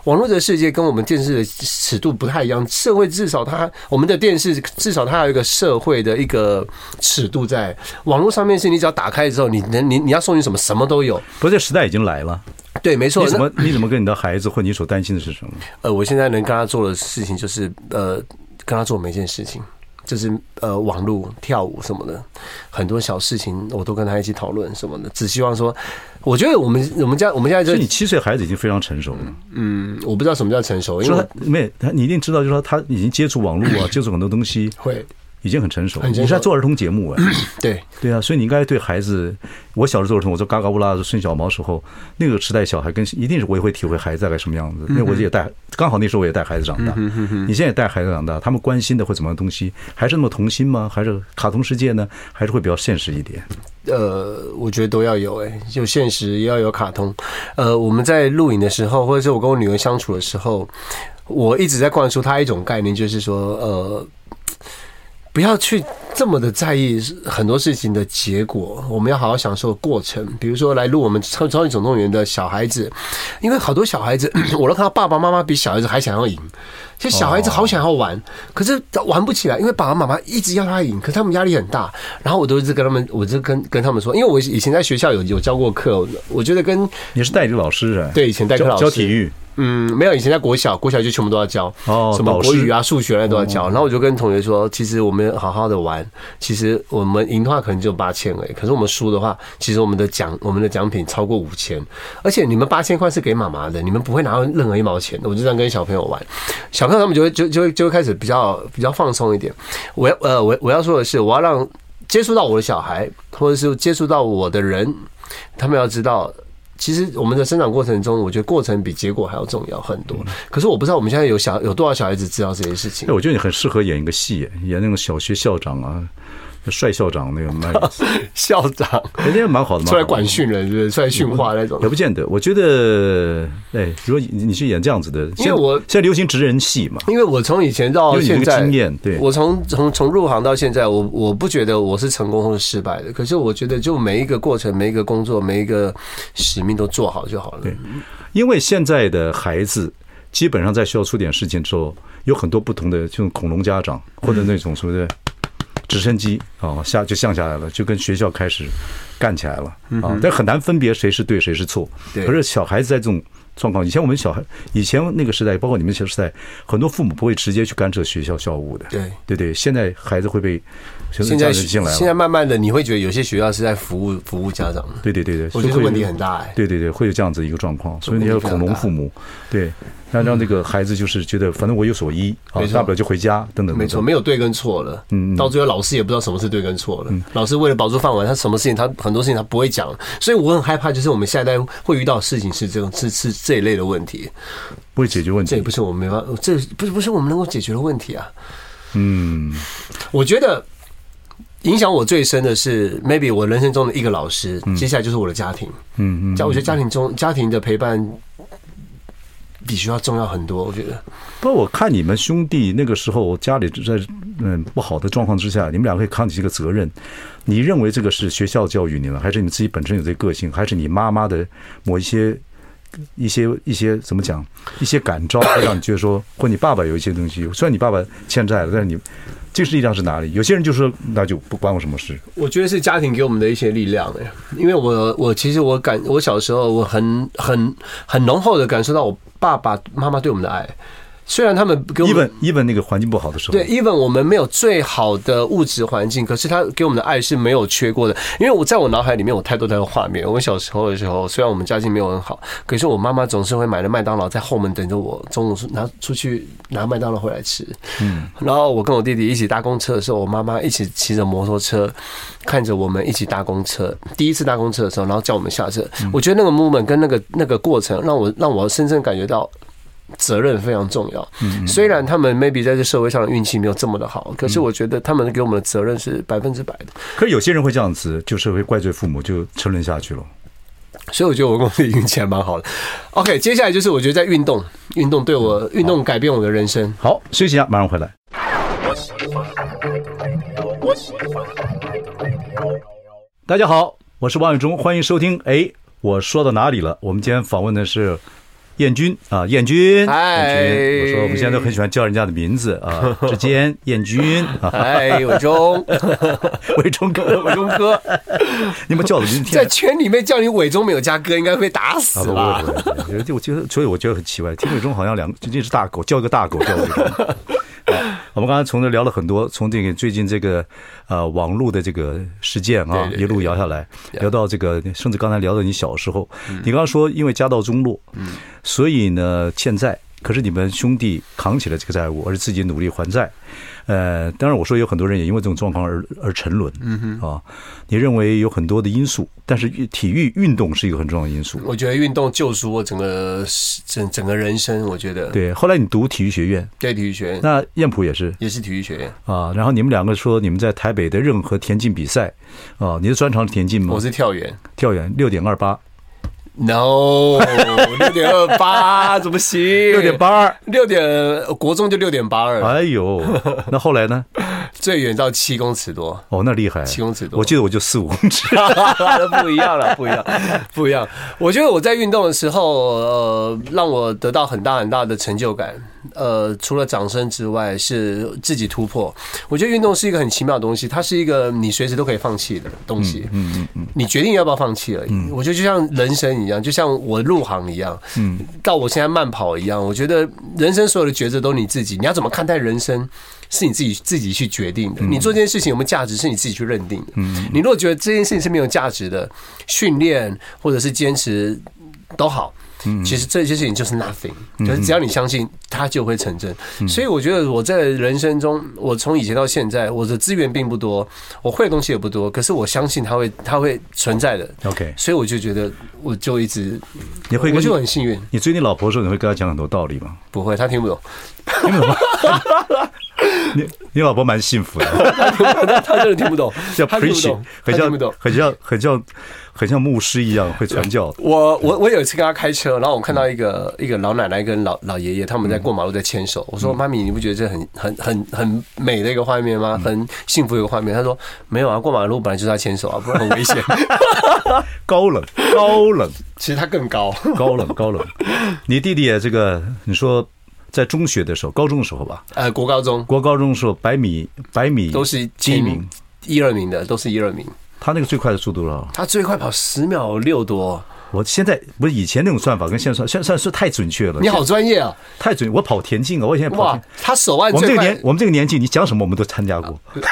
B: 网络的世界跟我们电视的尺度不太一样，社会至少它我们的电视至少它有一个社会的一个尺度在。网络上面是你只要打开之后，你能你你要搜你什么什么都有。
A: 不过这时代已经来了，
B: 对，没错。
A: 你怎
B: 那
A: 么你怎么跟你的孩子或你所担心的是什么？
B: 呃，我现在能跟他做的事情就是呃，跟他做每件事情，就是呃，网络跳舞什么的，很多小事情我都跟他一起讨论什么的，只希望说，我觉得我们我们家我们现在
A: 所以
B: 就
A: 你七岁孩子已经非常成熟了。
B: 嗯，我不知道什么叫成熟，因
A: 说
B: 为
A: 他没有他，你一定知道，就是说他已经接触网络啊，接触很多东西，
B: 会
A: 已经很成熟，
B: 很成熟
A: 你是在做儿童节目哎，
B: 对，
A: 对啊，所以你应该对孩子，我小时候做儿童，我做嘎嘎乌拉顺小毛时候，那个时代小孩跟一定是我也会体会孩子大概什么样子，
B: 嗯
A: 因为我也带，刚好那时候我也带孩子长大，你现在也带孩子长大，他们关心的会怎么样的东西，还是那么童心吗？还是卡通世界呢？还是会比较现实一点？
B: 呃，我觉得都要有、欸，哎，有现实也要有卡通。呃，我们在录影的时候，或者是我跟我女儿相处的时候，我一直在灌输她一种概念，就是说，呃，不要去这么的在意很多事情的结果，我们要好好享受过程。比如说来录我们《超超级总动员》的小孩子，因为好多小孩子， 我都看到爸爸妈妈比小孩子还想要赢。其实小孩子好想要玩，可是玩不起来，因为爸爸妈妈一直要他赢，可是他们压力很大。然后我都一直跟他们，我就跟跟他们说，因为我以前在学校有有教过课，我觉得跟
A: 你是代理老师哎，
B: 对以前代课
A: 教
B: 老师
A: 教体育，
B: 嗯，没有，以前在国小，国小就全部都要教，
A: 哦
B: 什么
A: 导师哦
B: 国语啊、数学那都要教。然后我就跟同学说，其实我们好好的玩，其实我们赢的话可能就八千而已，可是我们输的话，其实我们的奖，我们的奖品超过五千，而且你们八千块是给妈妈的，你们不会拿到任何一毛钱的。我就这样跟小朋友玩，小朋友他们就会就就会就会开始比较比较放松一点。我要呃，我我要说的是，我要让接触到我的小孩，或者是接触到我的人，他们要知道，其实我们的生长过程中，我觉得过程比结果还要重要很多。可是我不知道我们现在有小有多少小孩子知道这些 事情
A: 哎，。我觉得你很适合演一个戏，演那种小学校长啊，帅校长那个 麦克斯，
B: 校长
A: 人家哎蛮好的，蛮好的
B: 出来管训人，是不是出来训话那种
A: 也。不见得，我觉得，哎，如果你你去演这样子的，现在
B: 我
A: 现在流行职人戏嘛，
B: 因为我从以前到
A: 因为你这
B: 现
A: 个
B: 在，
A: 经验对
B: 我从从从入行到现在，我我不觉得我是成功或是失败的，可是我觉得就每一个过程、每一个工作、每一个使命都做好就好了。
A: 对因为现在的孩子基本上在学校出点事情之后，有很多不同的这种恐龙家长或者那种所谓的直升机啊下就降下来了，就跟学校开始干起来了啊，但很难分别谁是对谁是错。
B: 嗯对
A: 可是小孩子在这种状况，以前我们小孩以前那个时代，包括你们小时代，很多父母不会直接去干涉学校校务的。
B: 对
A: 对对，现在孩子会被
B: 现
A: 家
B: 在
A: 人进来了。
B: 现在慢慢的，你会觉得有些学校是在服务服务家长，
A: 对对对对，
B: 我
A: 就
B: 觉得
A: 会有嗯
B: 问题很大哎
A: 对对对，会有这样子一个状况，所以
B: 问
A: 你
B: 题
A: 要
B: 非常
A: 恐龙
B: 大
A: 父母，对，让让这个孩子就是觉得反正我有所依啊
B: 没，错
A: 大不了就回家等等等等。
B: 没错，没有对跟错了。
A: 嗯嗯嗯嗯
B: 到最后老师也不知道什么是对跟错了。老师为了保住饭碗，他什么事情他很多事情他不会讲，所以我很害怕，就是我们下一代会遇到的事情是这种是是这一类的问题，
A: 不会解决问
B: 这也
A: 题
B: 不。是我们没办法，这不是不是我们能够解决的问题啊。
A: 嗯，
B: 我觉得影响我最深的是，maybe 我人生中的一个老师，接下来就是我的家庭。
A: 嗯嗯嗯
B: 家、我觉得家庭中家庭的陪伴比学校重要很多，我觉得。
A: 不过我看你们兄弟那个时候家里在嗯不好的状况之下，你们俩会扛起这个责任。你认为这个是学校教育你呢，还是你们自己本身有这个个性，还是你妈妈的某一些一些一些怎么讲一些感召，会让你觉得说，或你爸爸有一些东西，虽然你爸爸欠债了，但是你这个力量是哪里？有些人就说那就不关我什么事，
B: 我觉得是家庭给我们的一些力量哎、因为我我其实我感我小时候我很很很浓厚的感受到我爸爸妈妈对我们的爱，虽然他们给我
A: 一
B: 们
A: 本一本那个环境不好的时候，
B: 对，even 我们没有最好的物质环境，可是他给我们的爱是没有缺过的。因为我在我脑海里面有太多太多画面。我小时候的时候，虽然我们家境没有很好，可是我妈妈总是会买了麦当劳在后门等着我，中午出拿出去拿麦当劳回来吃。嗯，然后我跟我弟弟一起搭公车的时候，我妈妈一起骑着摩托车，看着我们一起搭公车。第一次搭公车的时候，然后叫我们下车，我觉得那个 movement 跟那个那个过程，让我让我深深感觉到责任非常重要。虽然他们 maybe 在这社会上的运气没有这么的好，可是我觉得他们给我们的责任是百分之百的。
A: 可是有些人会这样子，就是会怪罪父母，就沉沦下去了。
B: 所以我觉得我跟我自己运气还蛮好的。OK，接下来就是我觉得在运动，运动对我，运动改变我的人生。
A: 好，休息一下，马上回来。大家好，我是王永忠，欢迎收听。哎，我说到哪里了？我们今天访问的是燕君啊，燕君，
B: 嗨
A: 燕君。我说我们现在都很喜欢叫人家的名字啊，之间燕君啊，
B: 哎，伟忠，
A: 伟忠哥，
B: 伟忠哥，
A: 你们叫的名字听
B: 在
A: 着
B: 圈里面叫你伟忠没有加哥，应该被打死
A: 啊
B: 吧？
A: 不不不不，就我觉得，所以我觉得很奇怪，听伟忠好像两最近是大狗，叫一个大狗，叫一 个。啊，我们刚才从这聊了很多，从这个最近这个呃网络的这个事件啊，
B: 对对对
A: 一路聊下来，聊到这个，
B: 嗯
A: 甚至刚才聊到你小时候，你刚刚说因为家道中落，所以呢欠债可是你们兄弟扛起了这个债务，而自己努力还债。呃，当然我说有很多人也因为这种状况而而沉沦，嗯啊，你认为有很多的因素，但是体育运动是一个很重要的因素。
B: 我觉得运动救赎我整个整整个人生，我觉得
A: 对，后来你读体育学院，
B: 对体育学院
A: 那燕普也是
B: 也是体育学院，
A: 啊，然后你们两个说你们在台北的任何田径比赛，啊，你的专长是田径吗？
B: 我是跳远
A: 跳远六点二八，
B: ，no 六点二八怎么行？
A: 六点八二，
B: 六点国中就六点八二，
A: 哎 呦，那后来呢？
B: 最远到七公尺多。
A: 哦，那厉害，
B: 七公尺多
A: 我记得我就四五公尺。
B: 不一样了，不一样， 不一样。我觉得我在运动的时候，呃，让我得到很大很大的成就感。呃，除了掌声之外，是自己突破。我觉得运动是一个很奇妙的东西，它是一个你随时都可以放弃的东西。嗯嗯嗯，你决定要不要放弃而已。我觉得就像人生一样，就像我入行一样，嗯，到我现在慢跑一样，我觉得人生所有的抉择都你自己，你要怎么看待人生？是你自己自己去决定的。你做这件事情有没有价值，是你自己去认定的。你如果觉得这件事情是没有价值的，训练或者是坚持都好。
A: 嗯
B: 其实这些事情就是 nothing，就是只要你相信，它就会成真。
A: 嗯
B: 所以我觉得我在人生中，我从以前到现在，我的资源并不多，我会的东西也不多，可是我相信它会，它会存在的。
A: OK，
B: 所以我就觉得，我就一直，
A: 你会
B: 我
A: 跟
B: 就很幸运，
A: 你追你老婆的时候，你会跟她讲很多道理吗？
B: 不会，他听 不懂，
A: 你你老婆蛮幸 福的，
B: 他真的听不懂，
A: 叫
B: 他听不
A: preaching，
B: 懂，他
A: 很
B: 听
A: 像
B: 不懂。
A: 很像很像很像牧师一样会传 教。
B: 我我我有一次跟他开车，然后我看到一个一个老奶奶跟老老爷爷他们在过马路在牵
A: 嗯
B: 手。我说：“妈咪，你不觉得这很很很很美的一个画面
A: 嗯
B: 吗？很幸福的一个画面？”他说：“没有啊，过马路本来就是要牵手啊，不然很 危险。
A: 高冷，高冷，
B: 其实他 更高，
A: 高冷，高冷。你弟弟也这个，你说在中学的时候，高中的时候吧，
B: 呃，国高中
A: 国高中的时候，百米百米
B: 都是
A: 第一
B: 前
A: 名，
B: 一二名的，都是一二名。
A: 他那个最快的速度了。
B: 他最快跑十秒六多，
A: 我现在不是以前那种算法跟现在算，现在算是太准确了，
B: 你好专业啊！
A: 太准。我跑田径啊，我以前跑
B: 哇
A: 田。，
B: 他手腕
A: 我们这
B: 最
A: 个
B: 快
A: 年，，我们这个年纪，你讲什么我们都参加过，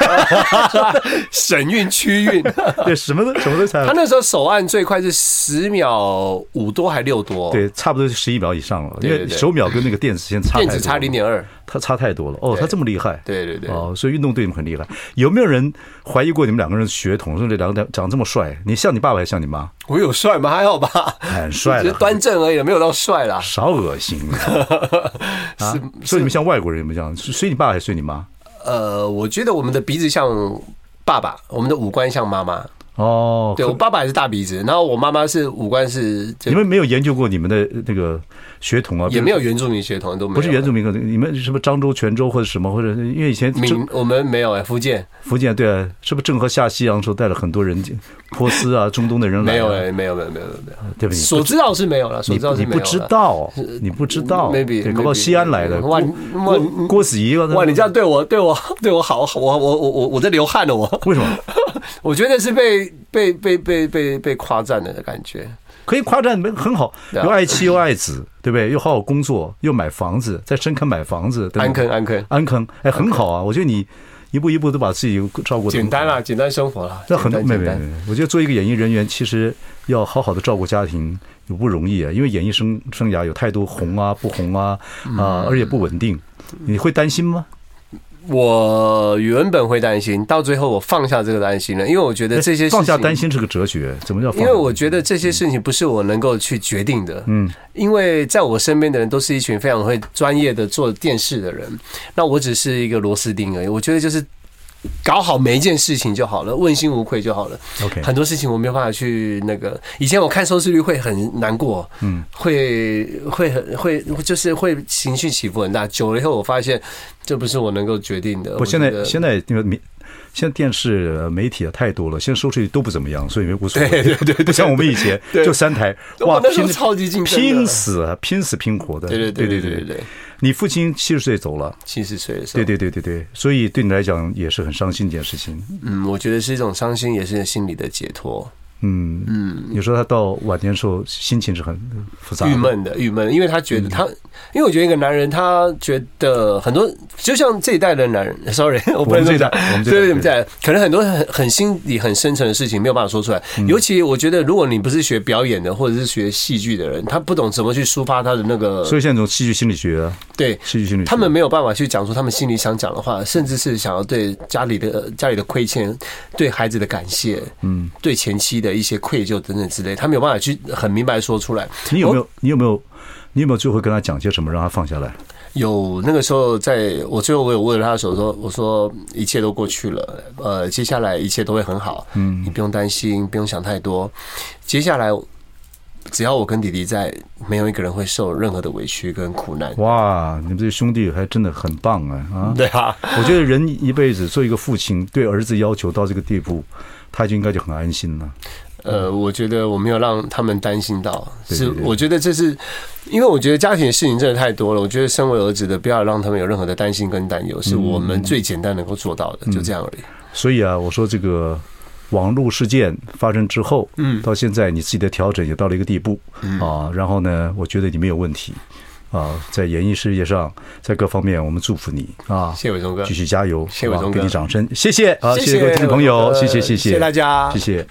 B: 神韵 区韵。
A: 对，什么都什么都参加
B: 他
A: 过。
B: 那时候手腕最快是十秒五多还六多，，
A: 对，差不多十一秒以上了，因
B: 对对
A: 为
B: 对
A: 手秒跟那个电子线差
B: 电
A: 太
B: 子
A: 多
B: 差
A: 了
B: 零点二。
A: 他差太多了。哦，他这么厉害，
B: 对对对
A: 哦，所以运动对你们很厉害。有没有人怀疑过你们两个人的血统？说这两个人长这么帅，你像你爸爸还像你妈，
B: 我有帅吗？还好吧，
A: 很哎帅
B: 只
A: 了
B: 是，端正而已，没有到帅啦。
A: 少恶心啊！啊
B: 是
A: 所以你们像外国人，你们这样，所以你爸还是你妈？
B: 呃，我觉得我们的鼻子像爸爸，我们的五官像妈妈。
A: 哦，
B: 对我爸爸也是大鼻子，然后我妈妈是五官是就
A: 你们没有研究过你们的呃那个血统啊？
B: 也没有原住民血统，都没有
A: 不是原住民可能你们什么漳州、泉州或者什么，或者因为以前郑
B: 民，我们没有哎，福建
A: 福建对、啊，是不是郑和下西洋的时候带了很多人，波斯啊、中东的人来、啊？
B: 没有哎，没有没有没有没有没有，
A: 对不起，
B: 所知道是没有了，所
A: 你
B: 知道
A: 不
B: 是
A: 你
B: 没
A: 不
B: 有
A: 知
B: 了。
A: 道，你不知道
B: maybe-
A: 对，搞不好
B: maybe-
A: 西安来的。
B: 哇你哇
A: 郭
B: 你
A: 郭子仪啊，
B: 哇，你这样对我对我对我好，我我我我我在流汗了，我
A: 为什么
B: 我觉得是被被被被被被夸赞了的感觉。
A: 可以夸赞你们很好？
B: 对啊
A: 又爱妻又爱子，对不对？又好好工作，又买房子，在深坑买房子，对
B: 安
A: 不对
B: 坑安坑，
A: 安坑，哎，很好啊！我觉得你一步一步都把自己照顾得很好
B: 简单啦，简单生活啦，
A: 那很
B: 简单
A: 没
B: 简
A: 没
B: 单
A: 没，我觉得做一个演艺人员，其实要好好的照顾家庭也不容易啊，因为演艺生生涯有太多红啊、不红啊
B: 嗯
A: 啊，而且不稳定，你会担心吗？
B: 我原本会担心，到最后我放下这个担心了，因为我觉得这些事
A: 哎
B: 情
A: 放下担，心是个哲学，怎么叫放？
B: 因为我觉得这些事情不是我能够去决定的。
A: 嗯，
B: 因为在我身边的人都是一群非常会专业的做电视的人，那我只是一个螺丝钉而已。我觉得就是搞好每一件事情就好了，问心无愧就好了。
A: OK，
B: 很多事情我没有办法去那个。以前我看收视率会很难过，
A: 嗯，
B: 会会很会就是会情绪起伏很大。久了以后，我发现这不是我能够决定的。
A: 我现
B: 觉
A: 在
B: 得
A: 现在因为媒现在电视呃媒体啊太多了，现在收视率都不怎么样，所以无所谓。
B: 对对对对
A: 不像我们以前
B: 对
A: 就三台，哇
B: 哇，，那时
A: 拼
B: 候超级竞争的，
A: 拼死啊，拼死拼活的。
B: 对对对
A: 对
B: 对对对对，
A: 你父亲七十岁走了，
B: 七十岁的时候，
A: 对，对对对对，所以对你来讲也是很伤心一件事情。
B: 嗯，我觉得是一种伤心，也是心理的解脱。
A: 嗯嗯，你说他到晚年的时候心情是很复杂的，
B: 郁闷的，郁闷，因为他觉
A: 嗯
B: 得他，因为我觉得一个男人，他觉得很多，就像这一代的男人，sorry，我不能
A: 这一
B: 这
A: 代
B: 样，
A: 我们这一代
B: 对对对，可能很多很很心里很深沉的事情没有办法说出来。
A: 嗯
B: 尤其我觉得，如果你不是学表演的，或者是学戏剧的人，他不懂怎么去抒发他的那个，
A: 所以现在这种戏剧心理学啊，
B: 对，
A: 戏剧心理学，
B: 他们没有办法去讲出他们心里想讲的话，甚至是想要对家里的家里的亏欠、对孩子的感谢、嗯，对前妻的一些愧疚等等之类，他没有办法去很明白说出来。
A: 你有没有？你有没有？你有没有最后跟他讲些什么，让他放下来？
B: 有那个时候在，我最后我有握着他的手说：“我说一切都过去了，呃，接下来一切都会很好，嗯，你不用担心，不用想太多。接下来只要我跟弟弟在，没有一个人会受任何的委屈跟苦 难。
A: 哇，你们这些兄弟还真的很棒啊啊！
B: 对啊，
A: 我觉得人一辈子做一个父亲，对儿子要求到这个地步，他就应该就很安心了。
B: 呃，我觉得我没有让他们担心到，
A: 对
B: 是
A: 对对
B: 我觉得这是因为我觉得家庭的事情真的太多了，我觉得身为儿子的不要让他们有任何的担心跟担忧，是我们最简单能够做到的，就这样而已。
A: 所以啊，我说这个网络事件发生之后，嗯，到现在你自己的调整也到了一个地步，
B: 嗯
A: 啊，然后呢，我觉得你没有问题，啊，在演艺事业上，在各方面，我们祝福你啊，
B: 谢谢伟忠哥
A: 继续加油，
B: 谢谢伟
A: 好吧
B: 忠哥
A: 给你掌声，谢谢啊，
B: 谢
A: 谢各位听众朋友，谢谢谢
B: 谢谢大家
A: 谢谢。